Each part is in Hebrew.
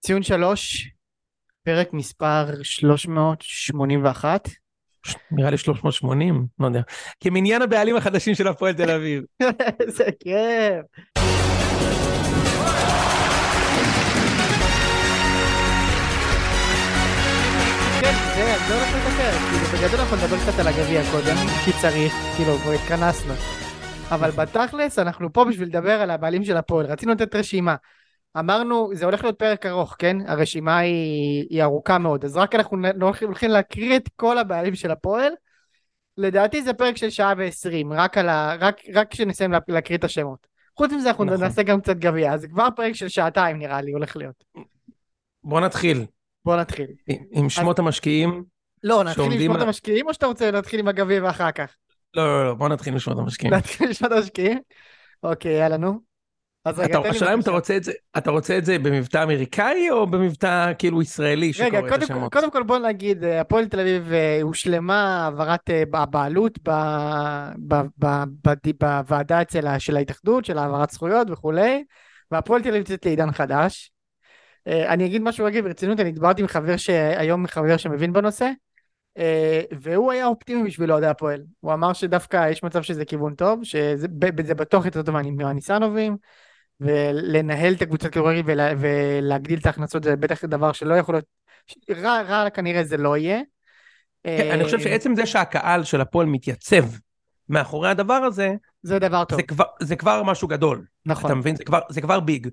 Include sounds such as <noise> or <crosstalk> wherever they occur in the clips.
ציון שלוש, פרק מספר 381. נראה לי 380, לא יודע. כמניין הבעלים החדשים של הפועל תל אביב. <laughs> איזה כיף. כן, זה, על זה אנחנו נדבר. כאילו, בגדול אנחנו נדבר קצת על הגביע קודם, כי צריך, כאילו, כבר התכנסנו. אבל בתכלס, אנחנו פה בשביל לדבר על הבעלים של הפועל. רצינו לתת רשימה. אמרנו, זה הולך להיות פרק ארוך, כן? הרשימה היא, היא ארוכה מאוד. אז רק אנחנו נ- לא הולכים הולכים להקריא את כל הבעלים של הפועל. לדעתי זה פרק של שעה ועשרים, רק, על ה- רק, רק כשנסיים לה- להקריא את השמות. חוץ מזה אנחנו נכון. נעשה גם קצת גביע, אז כבר פרק של שעתיים נראה לי הולך להיות. בוא נתחיל בוא נתחיל. עם- עם שמות המשקיעים. לא, נתחיל שעומדים עם שמות על- המשקיעים, או שאתה רוצה להתחיל עם הגביע ואחר כך? לא, לא, לא, בוא נתחיל עם שמות המשקיעים. להתחיל עם שמות המשקיעים? אוקיי, יאללה, נו. אז רגע, אתה- תן לי השאלה אם אתה בבקשה. רוצה את זה, אתה רוצה את זה במבטא אמריקאי או במבטא כאילו ישראלי רגע, שקורא את קודם, כל- השמות? קודם כל בוא נגיד, אה, הפועל תל אביב אה, הושלמה העברת אה, הבעלות ב, ב, ב, ב, בוועדה אצל ה, של ההתאחדות, של העברת זכויות וכולי, והפועל תל אביב יוצאת לעידן חדש. אה, אני אגיד משהו רגע ברצינות, אני דיברתי עם חבר שהיום חבר שמבין בנושא, אה, והוא היה אופטימי בשביל אוהדי הפועל. הוא אמר שדווקא יש מצב שזה כיוון טוב, שזה ב- זה בטוח יותר טוב מהניסנובים, ולנהל את הקבוצת כדורגל ולה, ולהגדיל את ההכנסות זה בטח דבר שלא יכול להיות, ש- רע, רע כנראה זה לא יהיה. כן, אני חושב אה, שעצם זה שהקהל של הפועל מתייצב מאחורי הדבר הזה, זה דבר טוב, זה כבר- זה כבר משהו גדול. נכון. אתה מבין? זה כבר- זה כבר ביג.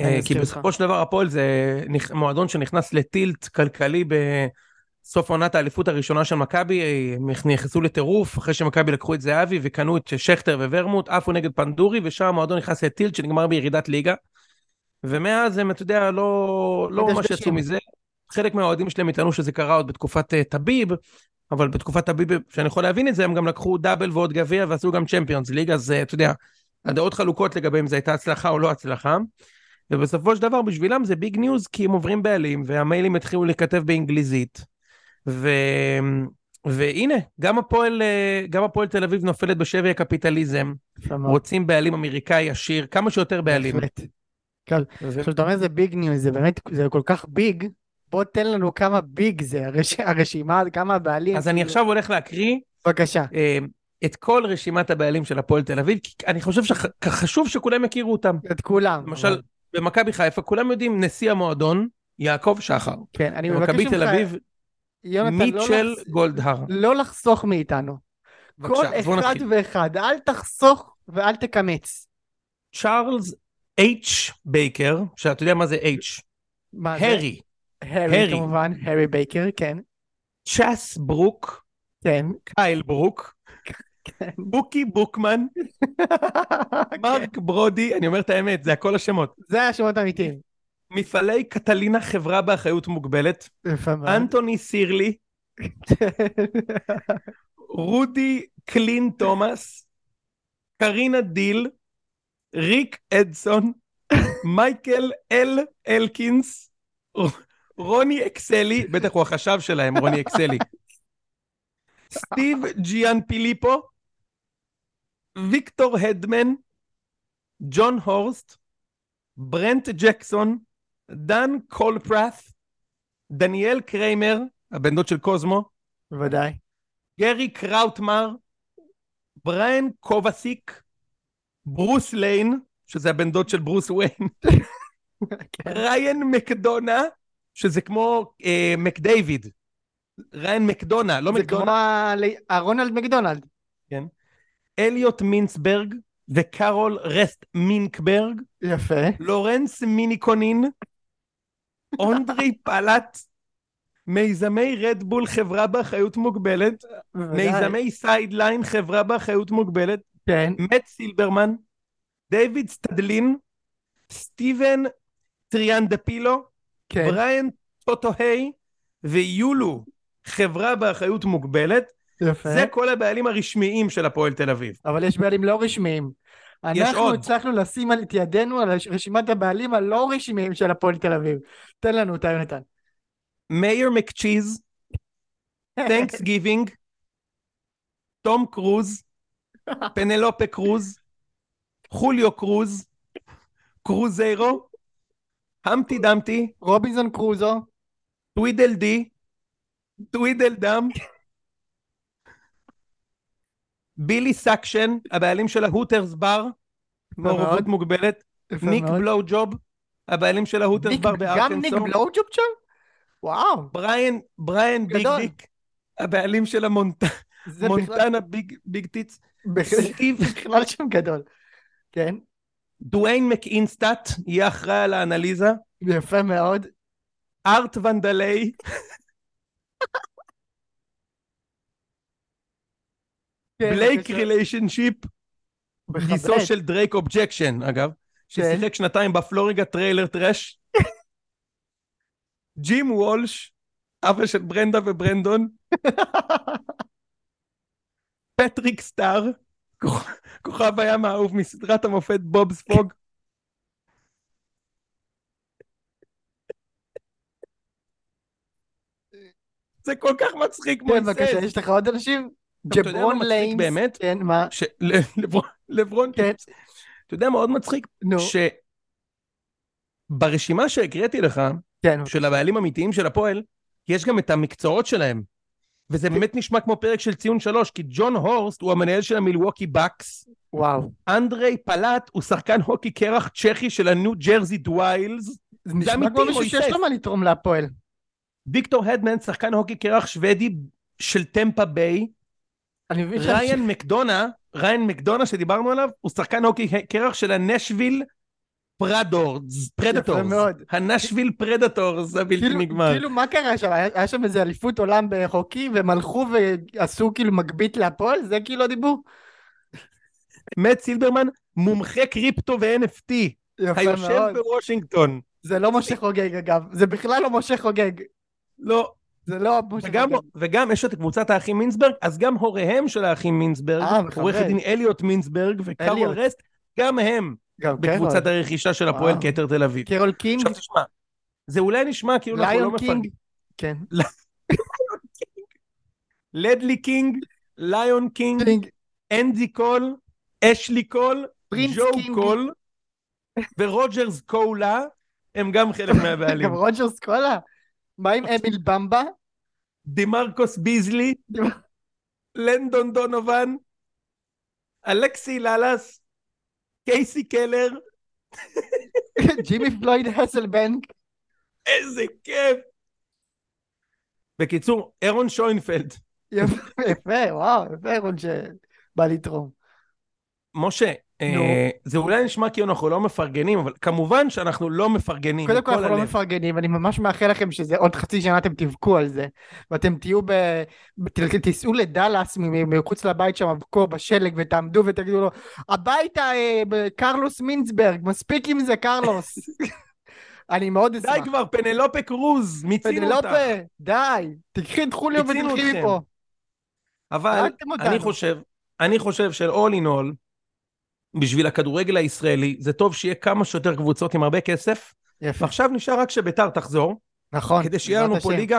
אני אה, כי מסכים איתך. בסופו של דבר הפועל זה נכ- מועדון שנכנס לטילט כלכלי בסוף עונת האליפות הראשונה של מכבי, אה, הם נכנסו לטירוף אחרי שמכבי לקחו את זהבי וקנו את שכטר וורמוט, עפו נגד פנדורי ושם המועדון נכנס לטילט שנגמר בירידת ליגה. ומאז הם, אתה יודע, לא, לא ממש מדשדשים. יצאו מזה. חלק מהאוהדים שלהם יטענו שזה קרה עוד בתקופת אה, טביב, אבל בתקופת טביב, שאני יכול להבין את זה, הם גם לקחו דאבל ועוד גביע ועשו גם צ'מפיונס ליג, אז אה, אתה יודע, הדעות חלוקות לגבי אם זו הייתה הצלחה או לא הצלחה. ובסופו של דבר בשבילם זה ביג ניוז כי הם עוברים בעלים והמיילים התחילו להיכתב באנגליזית. ו... והנה, גם הפועל, אה, גם הפועל תל אביב נופלת בשבי הקפיטליזם, יפה מאוד. רוצים בעלים אמריקאי עשיר, כמה שיותר בעלים. בהחלט. ו... עכשיו אתה אומר זה ביג ניוז, זה באמת, זה כל כך ביג, בוא תן לנו כמה ביג זה, הרש- הרשימה, כמה הבעלים. אז אני כאילו. עכשיו הולך להקריא בבקשה. אה, את כל רשימת הבעלים של הפועל תל אביב, כי אני חושב שחשוב שכולם יכירו אותם. את כולם. למשל, במכבי חיפה כולם יודעים נשיא המועדון, יעקב שחר. כן, אני מבקש במכבי תל ממך, אביב, יונתן, לא מיטשל לחס- גולדהר. לא לחסוך מאיתנו. כל בבקשה, אז בואו אחד נתחיל. ואחד, אל תחסוך ואל תקמץ. צ'ארלס H. בייקר, שאתה יודע מה זה H. מה אה, זה? הרי, הרי הרי. כמובן, הרי בייקר, כן, צ'אס ברוק, כן, קייל ברוק, בוקי בוקמן, מרק ברודי, אני אומר את האמת, זה הכל השמות. זה השמות האמיתיים. מפעלי קטלינה חברה באחריות מוגבלת, יפה מאוד. אנטוני סירלי, רודי קלין תומאס, קרינה דיל, ריק אדסון, מייקל אל אלקינס, רוני אקסלי, בטח הוא החשב שלהם, רוני אקסלי, סטיב ג'יאן פיליפו, ויקטור הדמן, ג'ון הורסט, ברנט ג'קסון, דן קולפרף, דניאל קריימר, הבן דוד של קוזמו, <laughs> בוודאי. גרי קראוטמר, בריין קובסיק, ברוס ליין, שזה הבן דוד של ברוס וויין, ריין מקדונה, שזה כמו אה, מקדייוויד. ריין מקדונה, לא זה כמו מקדונה. ה- הרונלד מקדונלד. אליוט מינסברג וקארול רסט מינקברג, יפה. לורנס מיניקונין, <laughs> אונדרי פלט, מיזמי רדבול חברה באחריות מוגבלת, בוודאי. מיזמי סיידליין חברה באחריות מוגבלת, כן. מאט סילברמן, דיוויד סטדלין, סטיבן טריאנדפילו, כן. בריאן טוטוהיי ויולו, חברה באחריות מוגבלת. יפה. זה כל הבעלים הרשמיים של הפועל תל אביב. אבל יש בעלים לא רשמיים. אנחנו עוד. הצלחנו לשים על- את ידינו על הש- רשימת הבעלים הלא רשמיים של הפועל תל אביב. תן לנו אותה, יונתן. מאיר מקצ'יז, כן. תנקס גיבינג, תום קרוז, פנלופה קרוז, חוליו קרוז, קרוזיירו, המפטי דמפטי, <laughs> רובינזון קרוזו, טווידל די, טווידל דם, בילי סקשן, הבעלים של ההוטרס בר, יפה מאוד, מעורבות מוגבלת, יפה ניק מאוד. בלואו ג'וב, הבעלים של ההוטרס ניק- בר גם ניק בארקנסו, בלואוג'וב שם? וואו, בריאן, בריאן ביג גדול. דיק, הבעלים של המונטנה זה בכלל- ביג ביג טיץ, בכלל סטיב בכלל שם גדול. כן, דוויין מקינסטאט יהיה אחראי על האנליזה, יפה מאוד. ארט ונדלי, כן, בלייק בבקשה. ריליישנשיפ, בכבד. גיסו של דרייק אובג'קשן אגב, כן. ששיחק שנתיים בפלוריגה טריילר <laughs> טראש, ג'ים וולש, אבא של ברנדה <laughs> וברנדון, פטריק סטאר, כוכ- כוכב הים האהוב מסדרת המופת בוב <laughs> ספוג, זה כל כך מצחיק, כן, מויסס. בבקשה, יש לך עוד אנשים? אתה יודע מה ג'ברון מצחיק ליינס. באמת? כן, מה? ש- ל- לברון- לברון, כן, אתה יודע מה עוד מצחיק? נו, שברשימה שהקראתי לך, כן. של הבעלים האמיתיים של הפועל, יש גם את המקצועות שלהם. וזה באמת נשמע כמו פרק של ציון שלוש, כי ג'ון הורסט הוא המנהל של המילווקי בקס, וואו. אנדריי פלט הוא שחקן הוקי קרח צ'כי של הניו ג'רזי דוויילס, זה נשמע אמיתי, כמו מישהו שיש מויסס. לו מה לתרום להפועל. דיקטור הדמן שחקן הוקי קרח שוודי של טמפה ביי, אני מבין שאנשים... ריין מקדונה, ריין מקדונה שדיברנו עליו, הוא שחקן הוקי קרח של הנשוויל פרדורדס, פרדטורס, מאוד. הנשוויל פרדטורס הבלתי כאילו- נגמר. כאילו מה קרה שם? היה היה שם איזה אליפות עולם בחוקי והם הלכו ועשו כאילו מגבית להפועל? זה כאילו הדיבור? מאט סילברמן, מומחה קריפטו ו-NFT, יפה היושב מאוד. בוושינגטון. זה לא משה חוגג אגב. זה בכלל לא משה חוגג. לא, זה לא משה וגם, חוגג. וגם יש את קבוצת האחים מינסברג, אז גם הוריהם של האחים מינסברג, אה, מכבד. עורך הדין אליוט אליוט. מינסברג וקארול רסט, גם הם גם כן, בקבוצת קרול. הרכישה של הפועל וואו. כתר תל אביב. קרול קינג, עכשיו תשמע, זה אולי נשמע כאילו אנחנו לא ליון מפרגנים. קינג. כן. לדלי קינג, ליון קינג, קינג. אנדי קול, אשלי קול, פרינס ג'ו קינג. קול ורוג'רס קולה, הם גם חלק <laughs> <laughs> מהבעלים. גם רוג'רס קולה? מה עם אמיל במבה? <laughs> דמרקוס ביזלי, דמ- לנדון דונובן, אלכסי ללס, קייסי קלר, ג'ימי פלויד הסלבנק? איזה כיף! בקיצור, אירון שוינפלד, יפה, יפה, וואו, יפה רון שבא לתרום. משה, אה, נו. זה אולי נשמע כאילו אנחנו לא מפרגנים, אבל כמובן שאנחנו לא מפרגנים, קודם כל מכל אנחנו לא הלב. מפרגנים, אני ממש מאחל לכם שזה עוד חצי שנה אתם תבכו על זה. ואתם תהיו ב... ב- ת- תיסעו לדאלאס מ- מ- מחוץ לבית שם בקור בשלג ותעמדו ותגידו לו הביתה אה, ב- קרלוס מינסברג מספיק עם זה <laughs> קרלוס. אני מאוד אשמח. די כבר, פנלופה קרוז, מיצינו אותך. פדלופה, די. תקחי את חוליו מיצינו ותלכי אתכם. מפה. אבל הרגתם אותנו. אני חושב, אני חושב של all in all, בשביל הכדורגל הישראלי, זה טוב שיהיה כמה שיותר קבוצות עם הרבה כסף, יפה. ועכשיו נשאר רק שביתר תחזור, נכון. כדי שיהיה בעזרת לנו פה השם. ליגה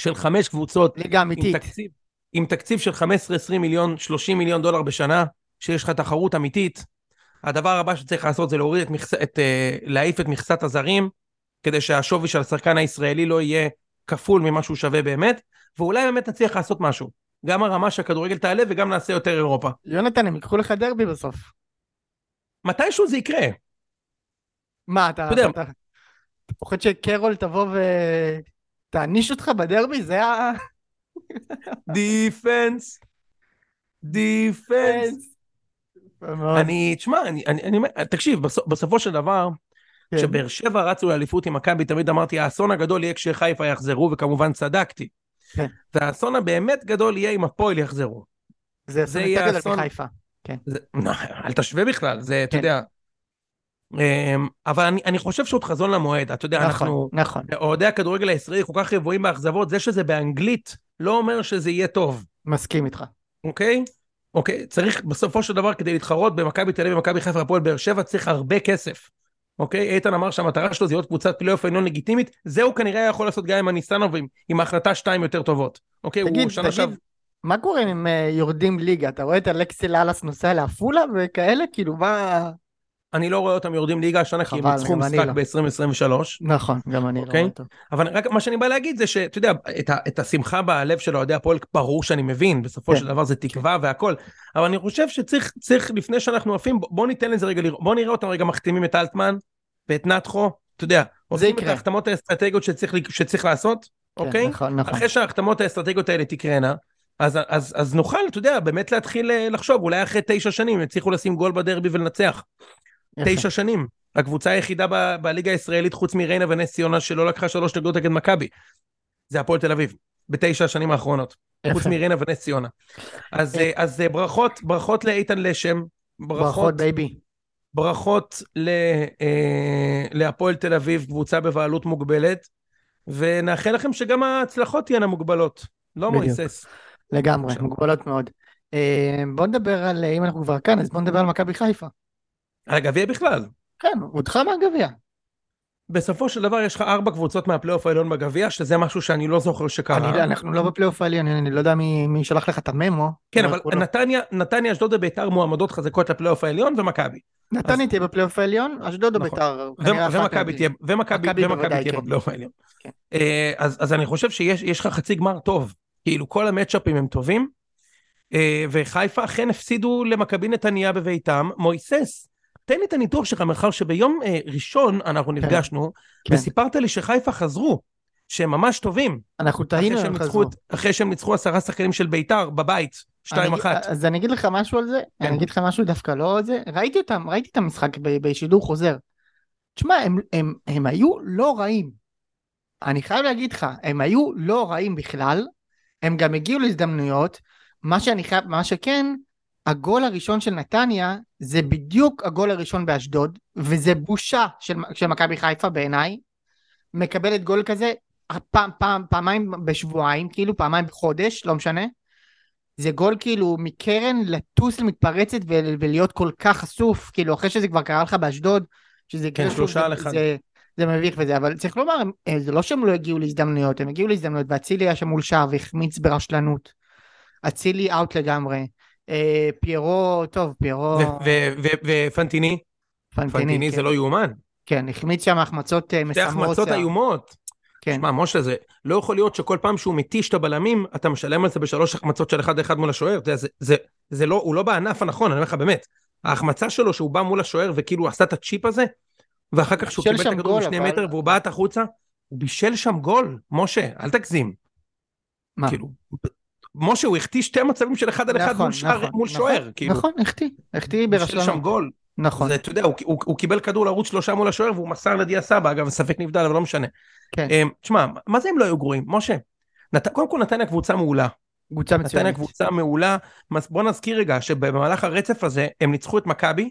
של חמש קבוצות ליגה עם אמיתית. תקציב, עם תקציב של 15-20 מיליון, 30 מיליון דולר בשנה, שיש לך תחרות אמיתית. הדבר הבא שצריך לעשות זה להוריד את מכסה, את, אה, להעיף את מכסת הזרים, כדי שהשווי של השחקן הישראלי לא יהיה כפול ממה שהוא שווה באמת, ואולי באמת נצליח לעשות משהו. גם הרמה של הכדורגל תעלה וגם נעשה יותר אירופה. יונתן, הם ייקחו לך דרבי בסוף. מתישהו זה יקרה. מה, אתה אתה יודע- אתה- אתה פוחד שקרול תבוא ותעניש אותך בדרבי? זה ה... דיפנס, דיפנס. יפה מאוד. אני, תשמע, אני, אני, אני, אומר, תקשיב, בסופ, בסופו של דבר, כן. כשבאר שבע רצו לאליפות עם מכבי, תמיד אמרתי, האסון הגדול יהיה כשחיפה יחזרו, וכמובן צדקתי. כן. והאסון הבאמת גדול יהיה אם הפועל יחזרו. זה זה אסון יהיה יותר גדול אסון. מחיפה. זה, לא, אל תשווה בכלל, זה, אתה כן. יודע. אמ, אבל אני, אני חושב שעוד חזון למועד, אתה יודע, נכון, אנחנו, נכון. אוהדי הכדורגל הישראלי כל כך רבועים באכזבות, זה שזה באנגלית לא אומר שזה יהיה טוב. מסכים איתך. אוקיי? אוקיי, צריך בסופו של דבר כדי להתחרות במכבי תל אביב, במכבי חיפה, הפועל באר שבע, צריך הרבה כסף. אוקיי? איתן אמר שהמטרה שלו זה להיות קבוצת פלייאוף עליון לגיטימית, זה הוא כנראה היה יכול לעשות גם עם הניסנוב עם, עם ההחלטה שתיים יותר טובות. אוקיי? תגיד, הוא שנה שעב- תגיד, מה קורה אם אה, יורדים ליגה? אתה רואה את אלכסי לאלאס נוסע לעפולה וכאלה? כאילו, מה... אני לא רואה אותם יורדים ליגה השנה, כי הם חבל, ניצחו גם אני משחק לא. ב-2023. נכון, גם אני לא אוקיי. רואה אותו. אבל רק מה שאני בא להגיד זה שאתה יודע, את, ה- את השמחה בלב של אוהדי הפועל ברור שאני מבין, בסופו כן. של דבר זה תקווה והכל, אבל אני חושב שצריך, צריך, לפני שאנחנו עפים, בוא- בוא ניתן לזה רגע, לראות- בוא נראה אותם רגע מחתימים את אלטמן ואת נתחו, אתה יודע, עושים את יקרה. ההחתמות האסטרטגיות שצריך, ל- שצריך לעשות, כן, אוקיי? נכון, נכון. אחרי שההחתמות האסטרטגיות האלה תקרנה, אז, אז, אז נוכל, אתה יודע, באמת להתחיל אה, לחשוב, אולי אחרי תשע שנים יצליחו לשים גול בדרבי ולנצח. יפה. תשע שנים. הקבוצה היחידה ב- בליגה הישראלית חוץ מריינה ונס ציונה שלא לקחה שלוש נקודות נגד מכבי. זה הפועל תל אביב, בתשע השנים האחרונות. יפה. חוץ מריינה ונס ציונה. אז, אה, אז אה, ברכות, ברכות לאיתן לשם. ברכות, ברכות, בייבי. ברכות ל, אה, להפועל תל אביב, קבוצה בבעלות מוגבלת. ונאחל לכם שגם ההצלחות תהיינה מוגבלות. לא בדיוק. מויסס. לגמרי, עכשיו. מוגבלות מאוד. אה, בוא נדבר על, אה, אם אנחנו כבר כאן, אז בוא נדבר על מכבי חיפה. על הגביע בכלל. כן, הודחה מהגביע. בסופו של דבר יש לך ארבע קבוצות מהפלייאוף העליון בגביע, שזה משהו שאני לא זוכר שקרה. אני לא- אנחנו לא בפלייאוף העליון, אני לא יודע מי מי שלח לך את הממו. כן, אבל אבל כולו. נתניה, נתניה, אשדוד וביתר מועמדות חזקות לפלייאוף העליון ומכבי. נתניה תהיה בפלייאוף העליון, אשדוד או נכון. ביתר. ו- כנראה אחת ומכבי מהן. תהיה, ומכבי מכבי ומכבי בוודאי, תהיה כן. בפלייאוף העליון. כן. אה, אז אז אני חושב שיש יש לך חצי גמר טוב. כאילו כל המצ'אפים הם טובים. אה, וחיפה אכן הפסידו למכבי נתניה בביתם. מויסס, תן לי את הניתוח שלך מאחר שביום אה, ראשון אנחנו נפגשנו, כן. וסיפרת לי שחיפה חזרו, שהם ממש טובים. אנחנו אחרי טעינו, שהם הם ניצחו חזרו. את- אחרי שהם ניצחו עשרה שחקנים של ביתר בבית, 2-1. אני- אז אני אגיד לך משהו על זה, כן. אני אגיד לך משהו דווקא לא על זה, ראיתי אותם, ראיתי את המשחק ב- בשידור חוזר. תשמע, הם- הם- הם היו לא רעים. אני חייב להגיד לך, הם היו לא רעים בכלל, הם גם הגיעו להזדמנויות, מה שאני חייב, מה שכן, הגול הראשון של נתניה זה בדיוק הגול הראשון באשדוד, וזה בושה של, של מכבי חיפה בעיניי, מקבלת גול כזה פעם, פעם, פעמיים בשבועיים, כאילו פעמיים בחודש, לא משנה. זה גול כאילו מקרן לטוס למתפרצת ו- ולהיות כל כך חשוף, כאילו אחרי שזה כבר קרה לך באשדוד, שזה כאילו שוב, כן, שלושה זה- על אחד. זה, זה מביך וזה, אבל צריך לומר, הם- אה, זה לא שהם לא הגיעו להזדמנויות, הם הגיעו להזדמנויות, ואצילי היה שם מול שער והחמיץ ברשלנות. אצילי אאוט לגמרי. אה, פיירו, טוב, פיירו, ו- ו- ו- ופנטיני, פנטיני כן. זה לא יאומן. כן, החמיץ שם החמצות אה, שתי מסמרות. החמצות שיער. איומות. כן, שמע, משה, זה לא יכול להיות שכל פעם שהוא מתיש את הבלמים, אתה משלם על זה בשלוש החמצות של אחד אחד מול השוער. אתה יודע, זה- זה- זה לא, הוא לא בענף הנכון, אני אומר לך באמת. ההחמצה שלו שהוא בא מול השוער וכאילו עשה את הצ'יפ הזה, ואחר כך שהוא בישל קיבל את שם הכדור גול, משני אבל- מטר והוא בעט החוצה, הוא בישל שם גול. משה, אל תגזים. מה? כאילו, משה, הוא החטיא שתי מצבים של אחד על אחד נכון, מול שער- נכון, מול נכון, שוער. כאילו. נכון, החטיא, החטיא בישל שם ברשלנות. גול. נכון, זה, אתה יודע, הוא, הוא, הוא קיבל כדור לרוץ שלושה מול השוער והוא מסר לדיה סבא, אגב, ספק נבדל, אבל לא משנה. כן. אמ, תשמע, מה זה הם לא היו גרועים? משה, נת... קודם כל נתניה קבוצה מעולה. קבוצה נתניה מצוינת. קבוצה מעולה. מס- בוא נזכיר רגע שבמהלך הרצף הזה הם ניצחו את מכבי,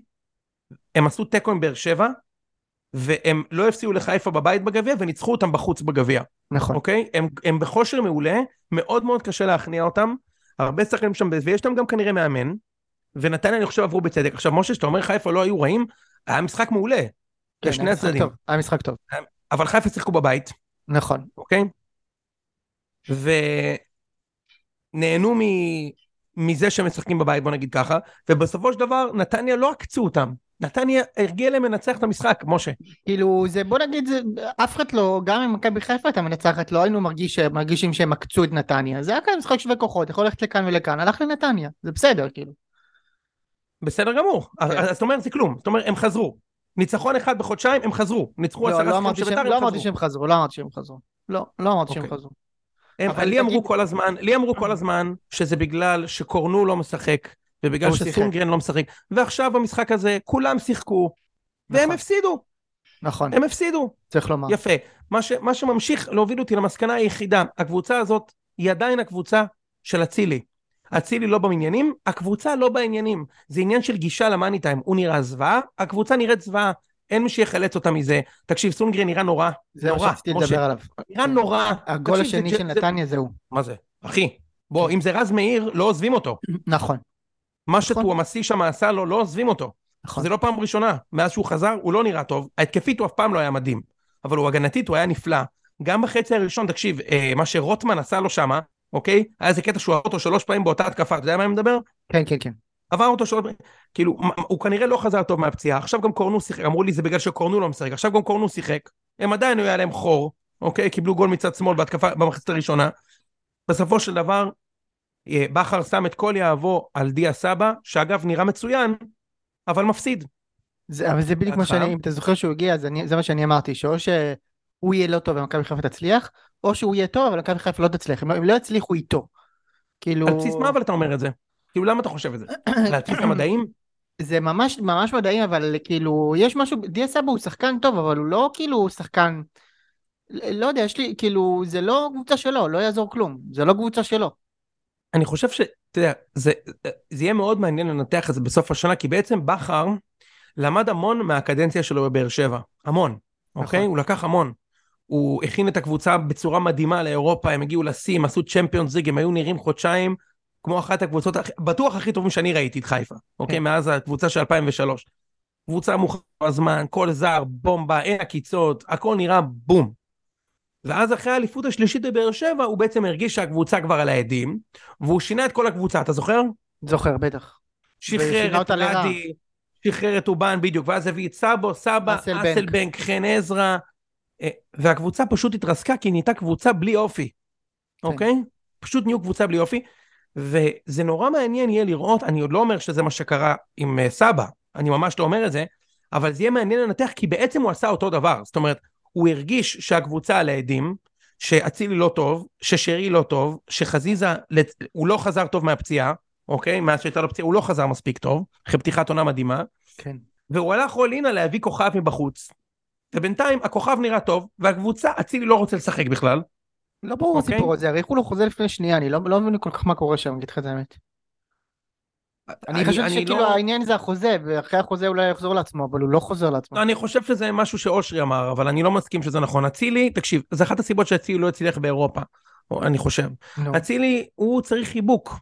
הם עשו תיקו עם באר שבע, והם לא הפסיעו לחיפה בבית בגביע וניצחו אותם בחוץ בגביע, נכון, אוקיי? הם, הם בכושר מעולה, מאוד מאוד קשה להכניע אותם, הרבה שחקנים שם, ויש להם גם כנראה מאמן, ונתניה אני חושב עברו בצדק. עכשיו משה, שאתה אומר חיפה לא היו רעים, היה משחק מעולה. כן, לשני היה משחק אוקיי, הצדדים. טוב, היה משחק טוב, אבל חיפה שיחקו בבית, נכון, אוקיי? ונהנו מ... מזה שהם משחקים בבית, בוא נגיד ככה, ובסופו של דבר נתניה לא עקצו אותם. נתניה הרגיע להם לנצח את המשחק, משה. כאילו זה בוא נגיד זה אף אחד לא גם אם מכבי חיפה הייתה מנצחת לא היינו מרגיש, מרגישים שהם עקצו את נתניה זה היה כאן משחק שווה כוחות יכול ללכת לכאן ולכאן הלך לנתניה זה בסדר כאילו בסדר גמור. כן. אז אז זאת אומרת, זה כלום. זאת אומרת, הם חזרו. ניצחון אחד בחודשיים, הם חזרו. ניצחו לא, עשרה לא שחקנים אמרתי של שהם- בית"ר, לא הם אמרתי חזרו. שהם חזרו לא אמרתי שהם חזרו לא לא אמרתי שהם אוקיי. חזרו הם- אבל לי אמרו תגיד- כל הזמן, לי אמרו כל הזמן שזה בגלל שקורנו לא משחק, ובגלל הוא שיחק. שסונגרן לא משחק, ועכשיו במשחק הזה כולם שיחקו, והם נכון. הפסידו, נכון הם הפסידו. צריך לומר יפה. מה, ש, מה שממשיך להוביל אותי למסקנה היחידה, הקבוצה הזאת היא עדיין הקבוצה של אצילי. אצילי לא במניינים, הקבוצה לא בעניינים. זה עניין של גישה למאני טיים. הוא נראה זוועה, הקבוצה נראה זוועה. אין מי שיחלץ אותה מזה. תקשיב, סונגרן נראה נורא. זה מה נורא, שרציתי משה. לדבר עליו נראה נורא. הגול תקשיב, זה השני ג'ה- של זה- נתניה זהו מה זה? אחי, בוא, אם זה רז מאיר, לא עוזבים אותו. נכון מה נכון. שטוואמסי שם עשה לו, לא עוזבים אותו. נכון זה לא פעם ראשונה. מאז שהוא חזר, הוא לא נראה טוב. ההתקפית הוא אף פעם לא היה מדהים. אבל הוא הגנתית, הוא היה נפלא. גם בחצי הראשון, תקשיב, אה, מה שרוטמן עשה לו שמה, אוקיי? היה איזה קטע שהוא הרג אותו שלוש פעמים באותה התקפה, אתה יודע מה אני מדבר? כן כן כן עבר אותו שעות, כאילו, מה- הוא כנראה לא חזר טוב מהפציעה, עכשיו גם קורנו שיחק, אמרו לי זה בגלל שקורנו לא משחק, עכשיו גם קורנו שיחק, הם עדיין היה להם חור, אוקיי? קיבלו גול מצד שמאל בהתקפה במחצית הראשונה. בסופו של דבר, אה, בכר שם את כל יהבו על דיה סבא, שאגב נראה מצוין, אבל מפסיד. זה, אבל זה בדיוק מה בהתחלה. שאני, אם אתה זוכר שהוא הגיע, אז אני, זה מה שאני אמרתי, שאו שהוא יהיה לא טוב ומכבי חיפה תצליח, או שהוא יהיה טוב אבל מכבי חיפה לא תצליח, אם לא, אם לא יצליחו איתו. כאילו, על בסיס מה אבל אתה אומר את זה? כאילו, למה אתה חושב את זה? על בסיס המדעים? זה ממש ממש מדהים, אבל כאילו, יש משהו, דיה סבא הוא שחקן טוב, אבל הוא לא כאילו שחקן, לא יודע, יש לי, כאילו, זה לא קבוצה שלו, לא יעזור כלום, זה לא קבוצה שלו. אני חושב ש... אתה יודע, זה, זה יהיה מאוד מעניין לנתח את זה בסוף השנה, כי בעצם בכר למד המון מהקדנציה שלו בבאר שבע. המון, אוקיי? הוא לקח המון. הוא הכין את הקבוצה בצורה מדהימה לאירופה, הם הגיעו לשיא, הם עשו צ'מפיונס ליג, הם היו נראים חודשיים כמו אחת הקבוצות, הכ- בטוח הכי טובים שאני ראיתי את חיפה, אוקיי? כן. מאז הקבוצה של 2003. קבוצה מוכרחה בזמן, כל זר, בומבה, אין עקיצות, הכל נראה בום. ואז אחרי האליפות השלישית בבאר שבע, הוא בעצם הרגיש שהקבוצה כבר על העדים, והוא שינה את כל הקבוצה, אתה זוכר? זוכר, בטח. שחרר ושינה את אותה לרעה. רדי, שחרר את אובן בדיוק, ואז הביא את סבו, סבא, אסלבנק. אסלבנק, חן עזרא, אה, והקבוצה פשוט התרסקה כי היא נהייתה קבוצה בלי אופי, אוקיי? פשוט נהיו קבוצה בלי אופי, וזה נורא מעניין יהיה לראות, אני עוד לא אומר שזה מה שקרה עם אה, סבא, אני ממש לא אומר את זה, אבל זה יהיה מעניין לנתח כי בעצם הוא עשה אותו דבר, זאת אומרת, הוא הרגיש שהקבוצה על העדים, שאצילי לא טוב, ששרי לא טוב, שחזיזה, לצ- הוא לא חזר טוב מהפציעה, אוקיי? מאז שהייתה לו פציעה, הוא לא חזר מספיק טוב, אחרי פתיחת עונה מדהימה, כן. והוא הלך רולינה להביא כוכב מבחוץ. ובינתיים הכוכב נראה טוב, והקבוצה, אצילי לא רוצה לשחק בכלל. לא ברור אוקיי. הסיפור הזה, האריכו לו חוזה לפני שנייה, אני לא לא מבין כל כך מה קורה שם, אני אגיד לך את האמת. אני חשבתי אני שכאילו לא- העניין זה החוזה, ואחרי החוזה אולי יחזור לעצמו, אבל הוא לא חוזר לעצמו. אני חושב שזה משהו שאושרי אמר, אבל אני לא מסכים שזה נכון. אצילי, תקשיב, זו אחת הסיבות שאצילי לא הצליח באירופה, או- אני חושב. נו. אצילי, הוא צריך חיבוק.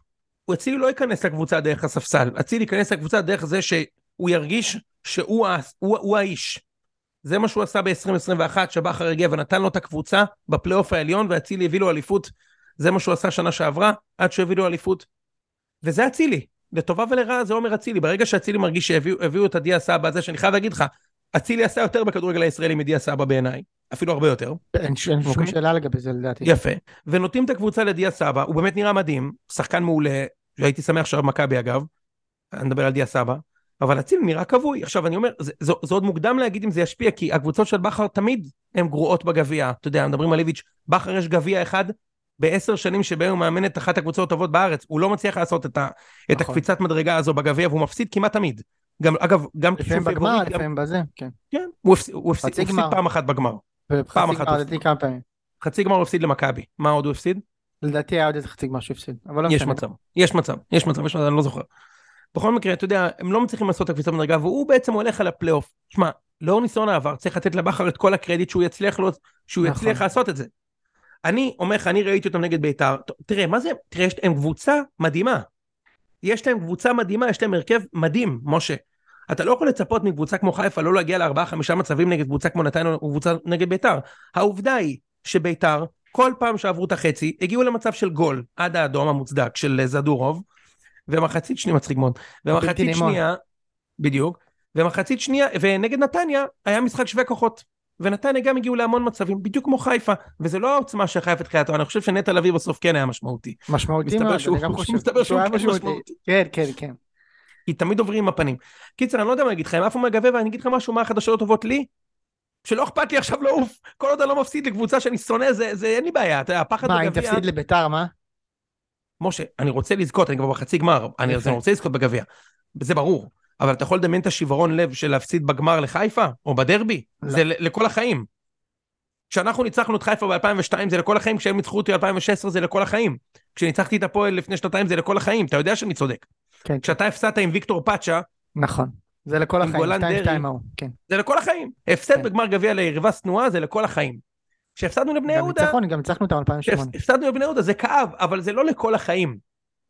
הוא- אצילי לא ייכנס לקבוצה דרך הספסל. אצילי ייכנס לקבוצה דרך זה שהוא ירגיש שהוא ה- הוא, הוא האיש. זה מה שהוא עשה ב-2021, שבכר הגיע ונתן לו את הקבוצה בפלייאוף העליון, ואצילי הביא לו אליפות. זה מה שהוא עשה שנה שעברה, עד שהביא לו אליפות. וזה אצילי. לטובה ולרעה זה עומר אצילי. ברגע שאצילי מרגיש שהביאו הביאו את הדיה סבא הזה, שאני חייב להגיד לך, אצילי עשה יותר בכדורגל הישראלי מדיה סבא בעיניי. אפילו הרבה יותר. אין ש- אין שום אוקיי. שאלה לגבי זה לדעתי. יפה. ונותנים את הקבוצה לדיה סבא, הוא באמת נראה מדהים, שחקן מעולה, שהייתי שמח שעכשיו מכבי אגב, אני מדבר על דיה סבא, אבל אציל נראה כבוי. עכשיו אני אומר, זה, זה, זה עוד מוקדם להגיד אם זה ישפיע, כי הקבוצות של בכר תמיד הן גרועות בגביע, אתה יודע, מדברים על איביץ', בכר יש גביע אחד בעשר שנים שבהם הוא מאמן את אחת הקבוצות הטובות בארץ, הוא לא מצליח לעשות את, ה, את נכון. הקפיצת מדרגה הזו בגביע, והוא מפסיד כמעט תמיד. גם, אגב, גם לפעמים כשהוא בגמר, פיבוריט, גם- לפעמים בזה, כן. כן, הוא הפסיד- הוא הפסיד חצי הוא הפסיד גמר. פעם אחת בגמר. פעם אחת אחת. הוא- לדעתי כמה פעמים. חצי גמר הוא הפסיד למכבי, מה עוד הוא הפסיד? לדעתי היה עוד איזה חצי גמר שהוא הפסיד, אבל לא יש משנה. מצב, יש מצב, יש מצב, יש מצב, אני לא זוכר. בכל מקרה, אתה יודע, הם לא מצליחים לעשות את הקפיצה מדרגה, והוא בעצם הולך על הפלייאוף. שמע, לאור ניסיון העבר, צריך לתת לבכר את כל הקרדיט שהוא יצליח, לו, שהוא נכון. יצליח לעשות את זה. אני אומר לך, אני ראיתי אותם נגד בית"ר, ת- תראה, מה זה, תראה, יש- הם קבוצה מדהימה. יש להם קבוצה מדהימה, יש להם הרכב מדהים, משה. אתה לא יכול לצפות מקבוצה כמו חיפה לא להגיע לארבעה חמישה מצבים נגד קבוצה כמו נתניה או קבוצה נגד בית"ר. העובדה היא שבית"ר, כל פעם שעברו את החצי, הגיעו למצב של גול עד האדום המוצדק של אה, זדורוב, ומחצית שנייה מצחיק מאוד, בלתי ומחצית נמון. שנייה, בדיוק, ומחצית שנייה, ונגד נתניה היה משחק שווה כוחות. ונתניה גם הגיעו להמון מצבים, בדיוק כמו חיפה, וזה לא העוצמה של חיפה תחילת העונה, אני חושב שנטע לביא בסוף כן היה משמעותי. משמעותי מסתבר מאוד, שהוא- אני גם חושב. מסתבר שהוא היה כן משמעותי. כן, כן, כן. כי תמיד עוברים עם הפנים. קיצר, אני לא יודע מה להגיד לך, הם עפו מהגביע, ואני אגיד לך משהו, מה החדשות הטובות לי? שלא אכפת לי עכשיו לעוף, כל עוד אני לא מפסיד לקבוצה שאני שונא, זה, זה אין לי בעיה, אתה יודע, הפחד מה, אם בגביע... תפסיד לביתר, מה? משה, אני רוצה לזכות, אני כבר בחצי גמר, אני, יפה. אני רוצה לזכות בגביע, זה ברור. אבל אתה יכול לדמיין את השיוורון לב של להפסיד בגמר לחיפה, או בדרבי? לא. זה ל- לכל החיים. כשאנחנו ניצחנו את חיפה ב-2002 זה לכל החיים, כשהם ניצחו אותי ב-2016 זה לכל החיים. כשניצחתי את הפועל לפני שנתיים זה לכל החיים, אתה יודע שאני צודק. כן, כשאתה הפסדת עם ויקטור פאצ'ה, נכון. זה לכל עם החיים, גולן 2-2 דרעי. ההוא, כן. זה לכל החיים. הפסד כן. בגמר גביע ליריבה שנואה זה לכל החיים. כשהפסדנו לבני גם יהודה, ניצחון, גם ניצחנו אותם 2008. הפסדנו לבני יהודה, זה כאב, אבל זה לא לכל החיים.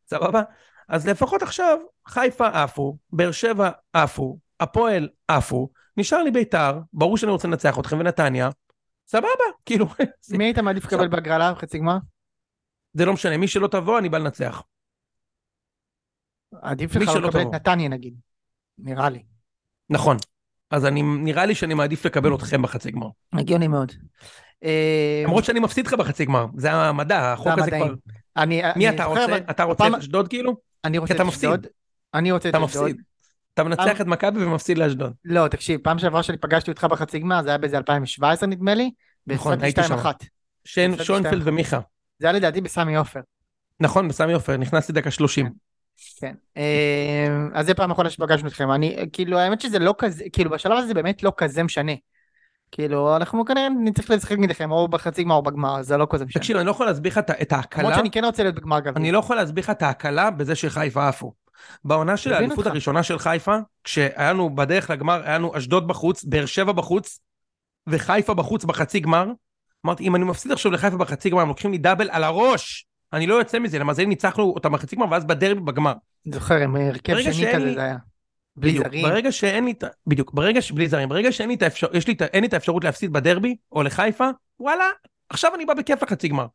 סבבה? אז לפחות עכשיו, חיפה עפו, באר שבע עפו, הפועל עפו, נשאר לי ביתר, ברור שאני רוצה לנצח אתכם, ונתניה, סבבה, כאילו, זה- <laughs> מי היית מעדיף לקבל בהגרלה בחצי גמר? זה לא משנה, מי שלא תבוא, אני בא לנצח. עדיף מי לך שלא לקבל את תבוא. נתניה נגיד, נראה לי. נכון. אז אני, נראה לי שאני מעדיף לקבל אתכם בחצי גמר. הגיוני מאוד. אה, למרות שאני מפסיד לך בחצי גמר, זה המדע, החוק הזה המדעים. כבר... אני, מי אני אתה זוכר, רוצה? אבל אתה רוצה הפעם- את אשדוד כאילו? אני רוצה כי אתה את מפסיד. אשדוד. אני רוצה את אתה אשדוד. מפסיד. אתה מנצח את מכבי ומפסיד לאשדוד. לא, תקשיב, פעם שעברה שאני פגשתי אותך בחצי גמר, זה היה באיזה 2017 נדמה לי. נכון, והפסדתי הייתי שם. 2-1. שן, הפסדתי שונפלד שתיים. ומיכה. זה היה לדעתי בסמי עופר. נכון, בסמי עופר, נכנסתי דקה 30. כן. אה, אז זה פעם אחרונה שפגשנו אתכם. אני, כאילו, האמת שזה לא כזה, כאילו, בשלב הזה זה באמת לא כזה משנה. כאילו, אנחנו כנראה נצטרך לשחק נגדכם, או בחצי גמר או בגמר, זה לא כזה משנה. תקשיב, אני לא יכול להסביר לך את ה- את למרות ההקלה, שאני כן רוצה להיות בגמר גביע. אני לא יכול להסביר לך את ההקלה בזה שחיפה עפו. בעונה של מבין האליפות אותך. הראשונה של חיפה, כשהיה לנו בדרך לגמר, היה לנו אשדוד בחוץ, באר שבע בחוץ, וחיפה בחוץ בחצי גמר, אמרתי, אם אני מפסיד עכשיו לחיפה בחצי גמר, הם לוקחים לי דאבל על הראש, אני לא יוצא מזה, למזלי ניצחנו אותם בחצי גמר, ואז בדרבי בגמר. זוכר, עם הרכב ברגע שני שאין כזה לי- זה היה. בלי בדיוק, זרים. ברגע שאין לי את ה... בדיוק, ברגע ש... בלי זרים, ברגע שאין לי את האפשר... יש לי את ה... אין לי את האפשרות להפסיד בדרבי, או לחיפה, וואלה, עכשיו אני בא בכיף לחצי גמר.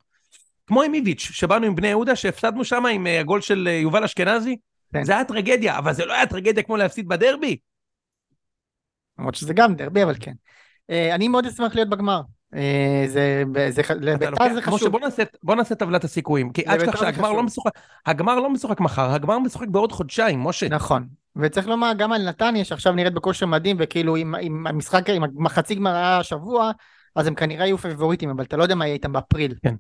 כמו עם איביץ', שבאנו עם בני יהודה, שהפסדנו שם עם אה, הגול של אה, יובל אשכנזי, כן. זה היה טרגדיה, אבל זה לא היה טרגדיה כמו להפסיד בדרבי. למרות שזה גם דרבי, אבל כן. אה, אני מאוד אשמח להיות בגמר. אה, זה, זה, אתה לביתר לוקח- זה כמו חשוב. שבוא נעשה- בוא נעשה טבלת הסיכויים, כי אל לביתר תשכח זה שהגמר לא חשוב. משוחק, הגמר לא משוחק מחר, הגמר משוחק בעוד חודשיים, משה. נכון. וצריך לומר גם על נתניה שעכשיו נראית בכושר מדהים וכאילו אם, אם המשחק, אם החצי גמר היה השבוע אז הם כנראה יהיו פבוריטים אבל אתה לא יודע מה יהיה איתם באפריל. כן.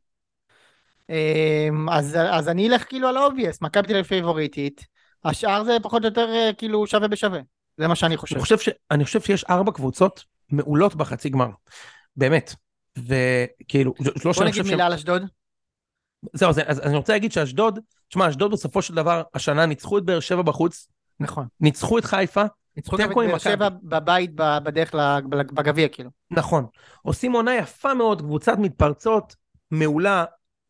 אמ, אז, אז אני אלך כאילו על האובייס, מכבי תל אביב פבוריטית, השאר זה פחות או יותר אה, כאילו שווה בשווה, זה מה שאני חושב. אני חושב, ש... אני חושב שיש ארבע קבוצות מעולות בחצי גמר, באמת. וכאילו, לא בוא שאני נגיד חושב מילה על אשדוד, זהו, אז, אז אני רוצה להגיד שאשדוד, תשמע, אשדוד בסופו של דבר, השנה ניצחו את באר שבע בחוץ, נכון. ניצחו את חיפה, ניצחו גם את תיקו עם באר שבע מכבי. בבית ב- בדרך לג- בגביע כאילו. נכון. עושים עונה יפה מאוד, קבוצת מתפרצות, מעולה,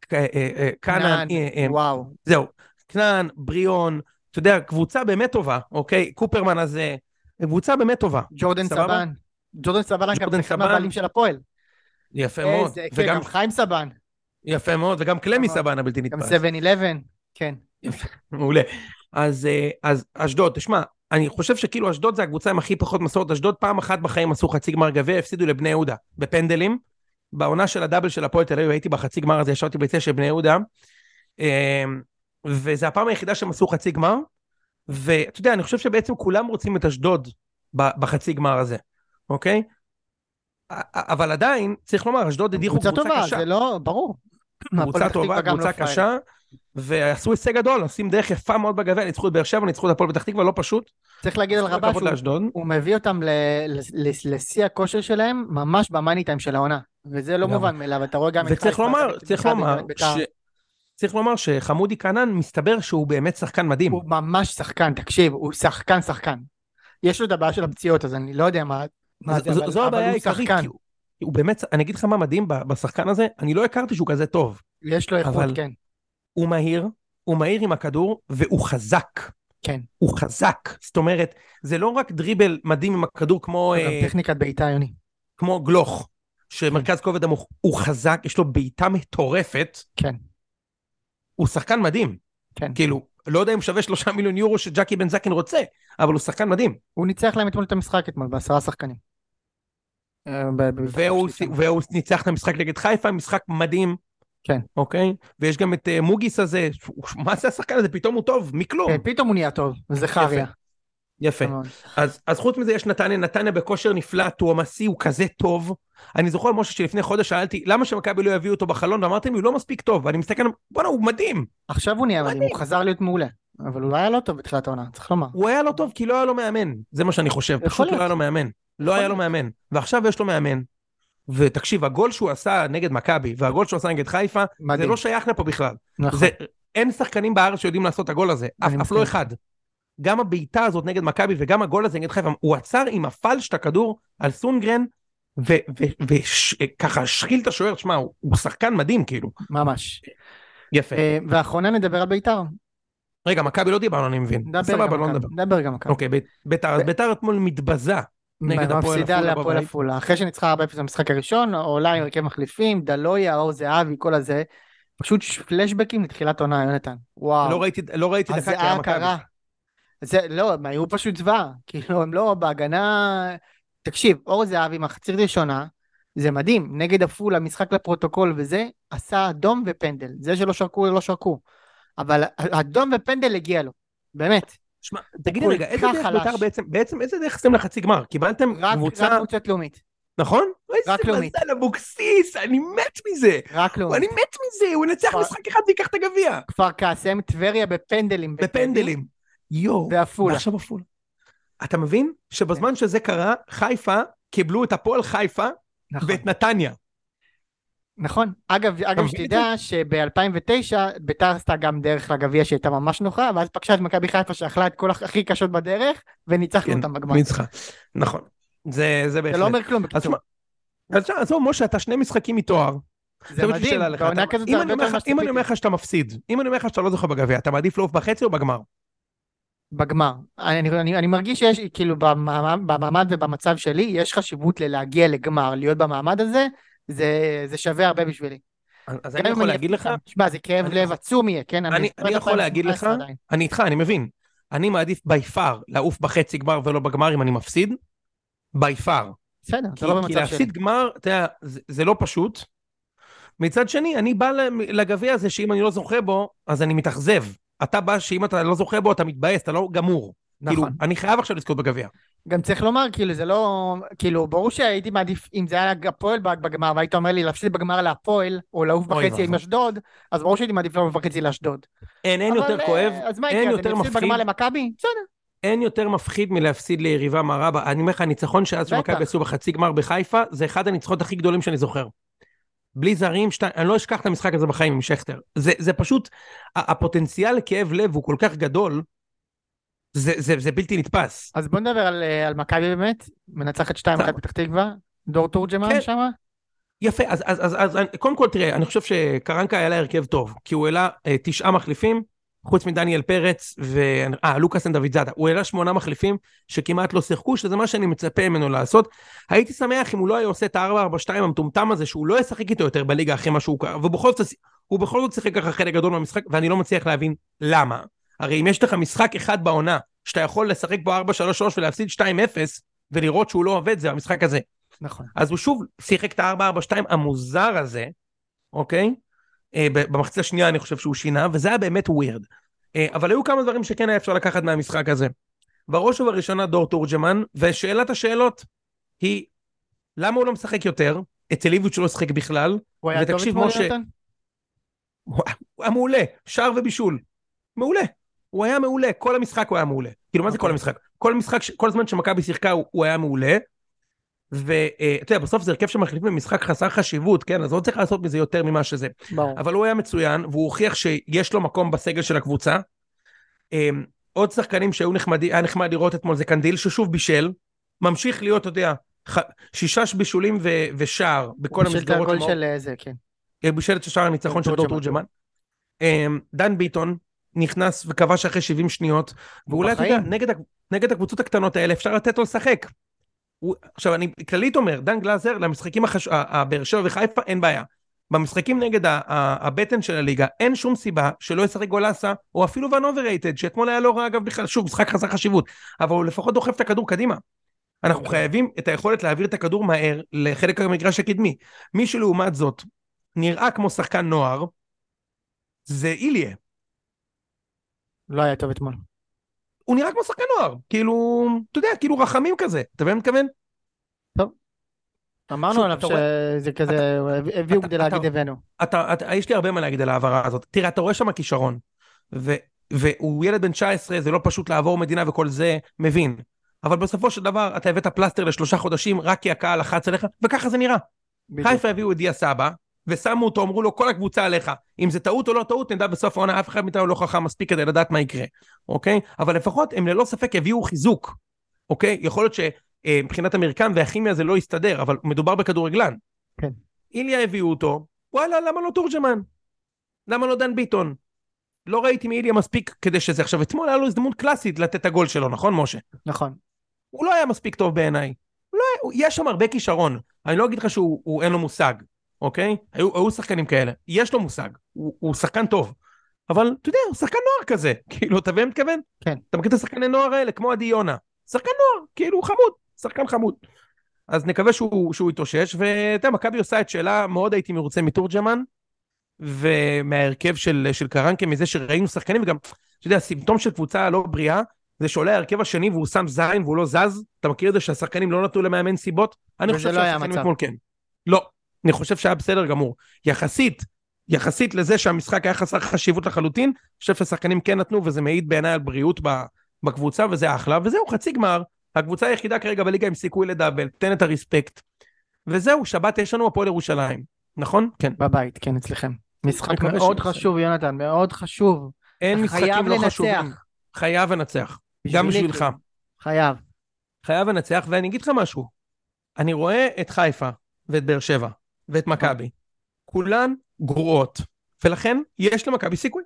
כ- אה, אה, כנען, אה, אה, וואו. זהו, כנען, בריאון, אתה יודע, קבוצה באמת טובה, אוקיי? קופרמן הזה, קבוצה באמת טובה. ג'ורדן סבבה? סבן. ג'ורדן סבן גם ג'ורדן אחד סבן. מהבעלים של הפועל. יפה מאוד. איזה, כן, וגם, גם חיים סבן, יפה מאוד, וגם קלמי נכון. סבן הבלתי גם נתפס. 7-11, כן. מעולה. אז, אה, אז אשדוד, תשמע, אני חושב שכאילו אשדוד זה הקבוצה עם הכי פחות מסורת. אשדוד פעם אחת בחיים עשו חצי גמר גביע, הפסידו לבני יהודה בפנדלים. בעונה של הדאבל של הפועל תל אביב הייתי בחצי גמר הזה, ישבתי ביציע של בני יהודה. אה, וזו הפעם היחידה שהם עשו חצי גמר. ואתה יודע, אני חושב שבעצם כולם רוצים את אשדוד ב- בחצי גמר הזה, אוקיי? א- א- אבל עדיין, צריך לומר, אשדוד הדיחו קבוצה קבוצה טובה, קשה. כן, זה לא, ברור. הפועל קבוצה פתח תקווה טובה, גם לא קבוצה פראיירית. קשה, ועשו הישג גדול, עושים דרך יפה מאוד בגביע, ניצחו את באר שבע, ניצחו את הפועל פתח תקווה, לא פשוט. צריך להגיד על כל רבה הכבוד שהוא לאשדוד. הוא מביא אותם ל- ל- ל- לשיא הכושר שלהם ממש במאני טיים של העונה. וזה לא לגמרי. מובן מאליו, אתה רואה גם את וצריך חיפה, לומר, את צריך מכבי, לומר, גם את בית"ר. ש- צריך לומר שחמודי כנען מסתבר שהוא באמת שחקן מדהים. הוא ממש שחקן, תקשיב, הוא שחקן שחקן. יש לו את הבעיה של הפציעות, אז אני לא יודע מה מה ז- זה, זו- אבל זו אבל הבעיה הוא העיקרית. כאילו. שחקן. כי הוא- הוא באמת, אני אגיד לך מה מדהים ב- בשחקן הזה, אני לא הכרתי שהוא כזה טוב. יש לו איכות, אבל- כן. הוא מהיר, הוא מהיר עם הכדור, והוא חזק. כן. הוא חזק. זאת אומרת, זה לא רק דריבל מדהים עם הכדור כמו... גם אה, טכניקת בעיטה, יוני. כמו גלוך, שמרכז כובד המוח הוא חזק, יש לו בעיטה מטורפת. כן. הוא שחקן מדהים. כן. כאילו, לא יודע אם שווה שלושה מיליון יורו שג'קי בן זקן רוצה, אבל הוא שחקן מדהים. הוא ניצח להם אתמול את המשחק אתמול בעשרה שחקנים. אה, ב- ב- והוא, בשליטה. והוא ניצח את המשחק נגד חיפה, משחק מדהים. כן. אוקיי? ויש גם את אה, מוגיס הזה, שהוא- מה זה השחקן הזה? פתאום הוא טוב, מכלום. כן, פתאום הוא נהיה טוב, זכריה. יפה. מאוד. אז, אז חוץ מזה יש נתניה, נתניה בכושר נפלט, הוא עמסי, הוא כזה טוב. אני זוכר, משה, שלפני חודש שאלתי, למה שמכבי לא יביאו אותו בחלון? ואמרתם לי, הוא לא מספיק טוב. ואני מסתכל, בואנה, הוא מדהים. עכשיו הוא נהיה מדהים, הוא חזר להיות מעולה. אבל הוא לא היה לא טוב בתחילת העונה, צריך לומר. הוא היה לא טוב כי לא היה לו מאמן, זה מה שאני חושב, יכול פשוט לא להיות. היה לו מאמן. לא היה לו מאמן, ועכשיו יש לו מאמן. ותקשיב, הגול שהוא עשה נגד מכבי, והגול שהוא עשה נגד חיפה, זה מדהים. לא שייך לפה בכלל. נכון. זה, אין שחקנים בארץ שיודעים לעשות את הגול הזה, אף, אני אף מסכים. לא אחד. גם הבעיטה הזאת נגד מכבי וגם הגול הזה נגד חיפה, הוא עצר עם הפלש את הכדור על סונגרן, וככה השחיל את השוער, שמע, הוא, הוא שחקן מדהים כאילו. נכון, ממש. יפה. אה, ואחרונה נדבר על בית"ר. רגע, מכבי לא דיברנו, אני מבין. נדבר סבבה, גם לא מכבי. אה, נדבר. נדבר גם מכבי. אוקיי, בית- ביתר, אז ב- ביתר אתמול מתבזה. נגד הפועל מפסידה עפולה להפועל בבית. עפולה. אחרי שניצחה 4-0 במשחק הראשון, עולה עם הרכב מחליפים, דלויה, אור זהבי, כל הזה. פשוט פלשבקים לתחילת עונה, יונתן. וואו. לא ראיתי, לא ראיתי דקה כי היה הזיעה מכבי. קרה. זה, לא, הם היו פשוט זוועה. כאילו, הם לא בהגנה... תקשיב, אור זהבי, מחצית ראשונה, זה מדהים, נגד עפולה, משחק לפרוטוקול וזה, עשה אדום ופנדל. זה שלא שרקו, לא שרקו. אבל אדום ופנדל הגיע לו, באמת. שמע, תגיד לי כל רגע, איזה כך דרך חלש. בית"ר בעצם, בעצם איזה דרך עשיתם לחצי גמר? קיבלתם רק רק קבוצה, קבוצת לאומית, נכון? רק איזה לאומית. נכון. מזל אבוקסיס, אני מת מזה. רק אני לאומית. מת מזה, הוא ינצח כבר- משחק אחד ויקח את הגביע. כפר קאסם, טבריה בפנדלים. בפנדלים. נכון. יואו. ועפולה. ועכשיו עפולה. אתה מבין כן. שבזמן שזה קרה, חיפה קיבלו את הפועל חיפה נכון. ואת נתניה. נכון. אגב, אגב מבין את שתדע שב-2009 ביתר עשתה גם דרך לגביע שהייתה ממש נוחה, ואז פגשה את מכבי חיפה שאכלה את כל הכ- הכי קשות בדרך, וניצחנו כן, אותם בגמר. ניצחה. נכון. זה זה זה לא בהחלט. אומר כלום אז בקיצור. שמע, אז שמע, עזוב, משה, אתה שני משחקים מתואר. זה עכשיו יש לי מדהים, שאלה לך, בעונה אתה- כזאת אם זה הרבה אני אומר יותר ממה לך- אם אני אומר שציפיתי. לך שאתה מפסיד, אם אני אומר לך שאתה לא זוכר בגביע, אתה מעדיף לעוף בחצי או בגמר? בגמר. אני, אני, אני מרגיש שיש, כאילו, במעמד, במעמד ובמצב שלי, יש חשיבות ללהגיע לגמר, להיות במעמד הזה, זה, זה שווה הרבה בשבילי. אז גם אני אם יכול להגיד לך, אפסיד שם, שמע, זה כאב אני- לב עצום יהיה, כן? אני- זוכר אני את יכול להגיד לך- 2018 עדיין. אני איתך, אני מבין. אני מעדיף בי פאר לעוף בחצי גמר ולא בגמר אם אני מפסיד. בי פאר. בסדר, כי, זה לא כי במצב שלי. להפסיד גמר, אתה יודע, זה, זה לא פשוט. מצד שני, אני בא למ- לגביע הזה שאם אני לא זוכה בו, אז אני מתאכזב. אתה בא שאם אתה לא זוכה בו, אתה מתבאס, אתה לא גמור. נכון. כאילו, נכון. אני חייב עכשיו לזכות בגביע. גם צריך לומר, כאילו, זה לא... כאילו, ברור שהייתי מעדיף, אם זה היה הפועל בגמר, והיית אומר לי להפסיד בגמר להפועל, או לעוף אוי בחצי עם ואבוי. אשדוד, אז ברור שהייתי מעדיף לעוף בחצי לאשדוד. אין, אין אבל, יותר אה, כואב, אז מה אין יקרה, אז יותר אני אפסיד מפחיד. בגמר למכבי? בסדר, אין יותר מפחיד מלהפסיד ליריבה מרה. ב- אני אומר לך, הניצחון שאז בטח. שמכבי עשו בחצי גמר בחיפה, זה אחד הניצחונות הכי גדולים שאני זוכר. בלי זרים, שתי... אני לא אשכח את המשחק הזה בחיים עם שכטר. זה, זה פשוט, ה- הפוטנציאל לכאב לב הוא כל כך גדול, זה, זה, זה בלתי נתפס. אז בוא נדבר על, אה, על מכבי באמת, מנצחת 2-1 סבבה. פתח תקווה, דור תורג'מן כן. שמה, יפה, אז, אז, אז, אז אני- קודם כל תראה, אני חושב שקרנקה היה לה הרכב טוב, כי הוא העלה אה, תשעה מחליפים, חוץ מדניאל פרץ ו... אה, לוקאס אנד דוד זאדה. הוא העלה שמונה מחליפים שכמעט לא שיחקו, שזה מה שאני מצפה ממנו לעשות. הייתי שמח אם הוא לא היה עושה את ה-442 המטומטם הזה, שהוא לא ישחק איתו יותר בליגה אחרי מה שהוא קרה, ובכל זאת, הוא בכל זאת שיחק ככה חלק גדול מהמשחק, ואני לא מצליח להבין למה. הרי אם יש לך משחק אחד בעונה, שאתה יכול לשחק בו 433 ולהפסיד 2-0, ולראות שהוא לא עובד, זה המשחק הזה. נכון. אז הוא שוב שיחק את ה-442 המוזר הזה, אוקיי? אה, ב- במחצית השנייה אני חושב שהוא שינה, וזה היה באמת ווירד. אה, אבל היו כמה דברים שכן היה אפשר לקחת מהמשחק הזה. בראש ובראשונה דור תורג'מן, ושאלת השאלות היא, למה הוא לא משחק יותר? אצל איביץ' הוא לא שיחק בכלל, הוא היה טוב ותקשיב, אתמול, משה, יונתן? הוא היה מעולה, שער ובישול. מעולה. הוא היה מעולה, כל המשחק הוא היה מעולה. כאילו, מה זה אוקיי. כל המשחק? כל משחק, ש- כל זמן שמכבי שיחקה הוא, הוא היה מעולה. ואתה יודע, בסוף זה הרכב שמחליפים במשחק חסר חשיבות, כן? אז לא צריך לעשות מזה יותר ממה שזה. ברור. אבל הוא היה מצוין, והוא הוכיח שיש לו מקום בסגל של הקבוצה. אמ, עוד שחקנים שהיו נחמדים, היה נחמד לראות אתמול זה קנדיל, ששוב בישל. ממשיך להיות, אתה יודע, ח... שישה בישולים ו... ושער בכל הוא בשל את המסגרות. הגול שמאוד- של אה, זה, כן. בישלת ששער הניצחון של דור תורג'מן. תורג'מן. אמ, דן ביטון נכנס וכבש אחרי 70 שניות, ואולי אתה יודע, בחיים. נגד, הק- נגד הקבוצות הקטנות האלה אפשר לתת לו לשחק. הוא, עכשיו אני כללית אומר, דן גלאזר, למשחקים החש... ה- הבאר שבע וחיפה אין בעיה. במשחקים נגד ה- ה- הבטן של הליגה אין שום סיבה שלא ישחק גולסה, או אפילו ון אוברייטד, שאתמול היה לא רע אגב בכלל, שוב, משחק חסר חשיבות, אבל הוא לפחות דוחף את הכדור קדימה. אנחנו חייבים את היכולת להעביר את הכדור מהר לחלק המגרש הקדמי. מי שלעומת זאת נראה כמו שחקן נוער, זה איליה. לא היה טוב אתמול. הוא נראה כמו שחקן נוער, כאילו, אתה יודע, כאילו רחמים כזה, אתה מבין מה אני מתכוון? אמרנו שוב, עליו אתה שזה כזה, הביאו אתה- כדי אתה- להגיד הבאנו. אתה, אתה, יש לי הרבה מה להגיד על ההעברה הזאת. תראה, אתה רואה שם כישרון, ו, והוא ילד בן 19, זה לא פשוט לעבור מדינה וכל זה, מבין. אבל בסופו של דבר, אתה הבאת פלסטר לשלושה חודשים רק כי הקהל לחץ עליך, וככה זה נראה. בדיוק. חיפה הביאו את דיה סבא, ושמו אותו, אמרו לו, כל הקבוצה עליך. אם זה טעות או לא טעות, נדע בסוף העונה, אף אחד מאיתנו לא חכם מספיק כדי לדעת מה יקרה, אוקיי? אבל לפחות הם ללא ספק הביאו חיזוק, אוקיי? יכול להיות שמבחינת המרקם והכימיה זה לא יסתדר, אבל מדובר בכדורגלן. כן. איליה הביאו אותו, וואלה, למה לא תורג'מן? למה לא דן ביטון? לא ראיתי מאיליה מספיק כדי שזה... עכשיו, אתמול היה לו הזדמנות קלאסית לתת את הגול שלו, נכון, משה? נכון. הוא לא היה מספיק טוב בעיניי. הוא לא היה- הוא- יש שם הרבה כישרון. אני לא אגיד לך שהוא הוא- אין לו מושג, אוקיי? היו, היו שחקנים כאלה. יש לו מושג. הוא, הוא שחקן טוב. אבל אתה יודע, הוא שחקן נוער כזה, כאילו, אתה מבין מה אני מתכוון? כן. אתה מכיר את השחקני נוער האלה, כמו עדי יונה. שחקן נוער, כאילו, הוא חמוד, שחקן חמוד. אז נקווה שהוא, שהוא יתאושש, ואתה יודע, מכבי עושה את שלה, מאוד הייתי מרוצה מתורג'מן, ומההרכב של, של קרנקה, מזה שראינו שחקנים, וגם, אתה יודע, סימפטום של קבוצה לא בריאה, זה שעולה ההרכב השני והוא שם זין והוא לא זז, אתה מכיר את זה שהשחקנים לא נתנו למאמן סיבות? אני וזה חושב לא היה שהשחקנים המצב. אתמול כן. לא, אני חושב שהיה בסדר גמור. יחסית, יחסית לזה שהמשחק היה חסר חשיבות לחלוטין, אני חושב שהשחקנים כן נתנו, וזה מעיד בעיניי על בריאות ב- בקבוצה, וזה אחלה, וזהו, חצי גמר. הקבוצה היחידה כרגע בליגה עם סיכוי לדאבל, תן את הרספקט. וזהו, שבת יש לנו הפועל ירושלים, נכון? כן. בבית, כן, אצלכם. משחק מקווה מאוד שנצא. חשוב, יונתן, מאוד חשוב. אין חייב משחקים לא חשובים. לנצח. חייב לנצח. גם בשבילי, בשבילך. חייב. חייב לנצח, ואני אגיד לך משהו. אני רואה את חיפה, ואת באר שבע, ואת מכבי. כולן גרועות, ולכן יש למכבי סיכוי.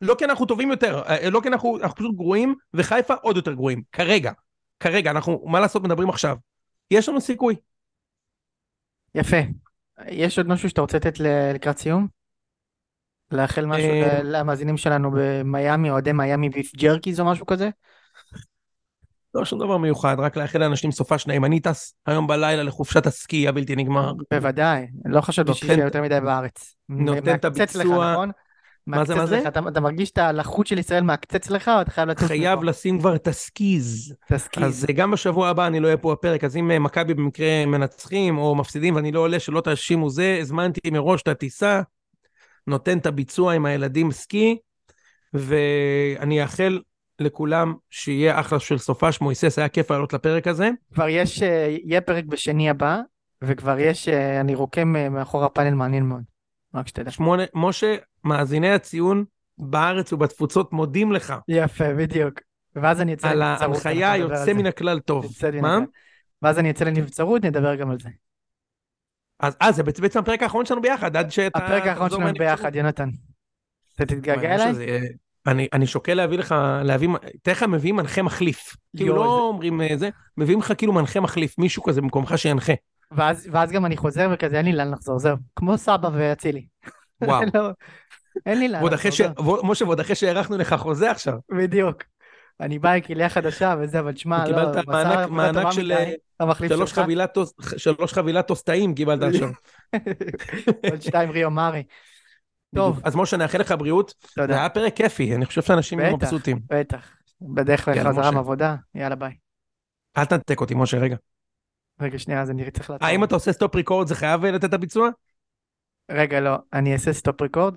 לא כי אנחנו טובים יותר, אה, לא כי אנחנו, אנחנו פשוט גרועים, וחיפה עוד יותר גרועים, כרגע. כרגע, אנחנו, מה לעשות, מדברים עכשיו. יש לנו סיכוי. יפה. יש עוד משהו שאתה רוצה לתת ל- לקראת סיום? לאחל משהו אה, ל- למאזינים שלנו במיאמי, אוהדי מיאמי ביף ג'רקיז או משהו כזה? לא שום דבר מיוחד, רק לאחל לאנשים סופש נעים. אני טס היום בלילה לחופשת הסקי הבלתי נגמר. בוודאי, לא חשבתי שזה נותן- יותר מדי בארץ. נותן את מעקצץ לך, הביצוע. נכון? מה זה, מה מעקצץ זה? לך, אתה אתה מרגיש את הלחות של ישראל מעקצץ לך, או אתה חייב לטוס חייב מפה? לשים כבר את הסקיז. תסכים. אז אה, גם בשבוע הבא אני לא אהיה פה בפרק, אז אם אה, מכבי במקרה מנצחים או מפסידים ואני לא עולה, שלא תאשימו זה, הזמנתי מראש את הטיסה, נותן את הביצוע עם הילדים סקי, ואני אאחל לכולם שיהיה אחלה של סופש. מויסס, היה כיף לעלות לפרק הזה. כבר יש, אה, יהיה פרק בשני הבא, וכבר יש, אה, אני רוקם אה, מאחור הפאנל מעניין מאוד. רק שתדע. שמונה, משה, מאזיני הציון בארץ ובתפוצות מודים לך יפה, בדיוק. ואז אני אצא על לנבצרות. ההנחיה אנחנו נדבר על היוצא זה. מן הכלל טוב. יוצא מן מה? הכלל. ואז אני אצא לנבצרות, נדבר גם על זה. אז אה, זה בעצם הפרק האחרון שלנו ביחד, עד שאתה... הפרק האחרון תחזור שלנו מהנבצרות. ביחד, יונתן. אתה תתגעגע אני חושב אליי? שזה יהיה- אה, אני, אני שוקל להביא לך, להביא, תאר לך מביא מנחה מחליף. כאילו יואו, לא זה- אומרים אה, זה, מביאים לך כאילו מנחה מחליף, מישהו כזה במקומך שינחה. ואז ואז גם אני חוזר וכזה, אין לי לאן לחזור, זהו. כמו סבא ואצילי. וואו. <laughs> לא, אין לי לאן ועוד אחרי ש... לחזור. ועוד- משה, ועוד אחרי שהארכנו לך חוזה עכשיו. זהו. בדיוק. אני בא עם כליה חדשה וזה, אבל שמע, לא, קיבלת בשר מענק- עבודה מענק טובה של, מדי. אה, המחליף שלוש שלך. חבילת טוס- שלוש חבילת טוסטאים קיבלת עכשיו. עוד שתיים ריו מארי. <laughs> טוב, אז משה, נאחל לך בריאות. זה תודה, היה פרק כיפי, אני חושב שאנשים יהיו בטח. מבסוטים. בטח. בדרך יאללה, לחזרה משה. מעבודה, יאללה ביי. אל תנתק אותי, משה, רגע. רגע, שנייה, אז אני צריך לעצור. אה, האם אתה עושה סטופ ריקורד זה חייב לתת את הביצוע? רגע, לא, אני אעשה סטופ ריקורד,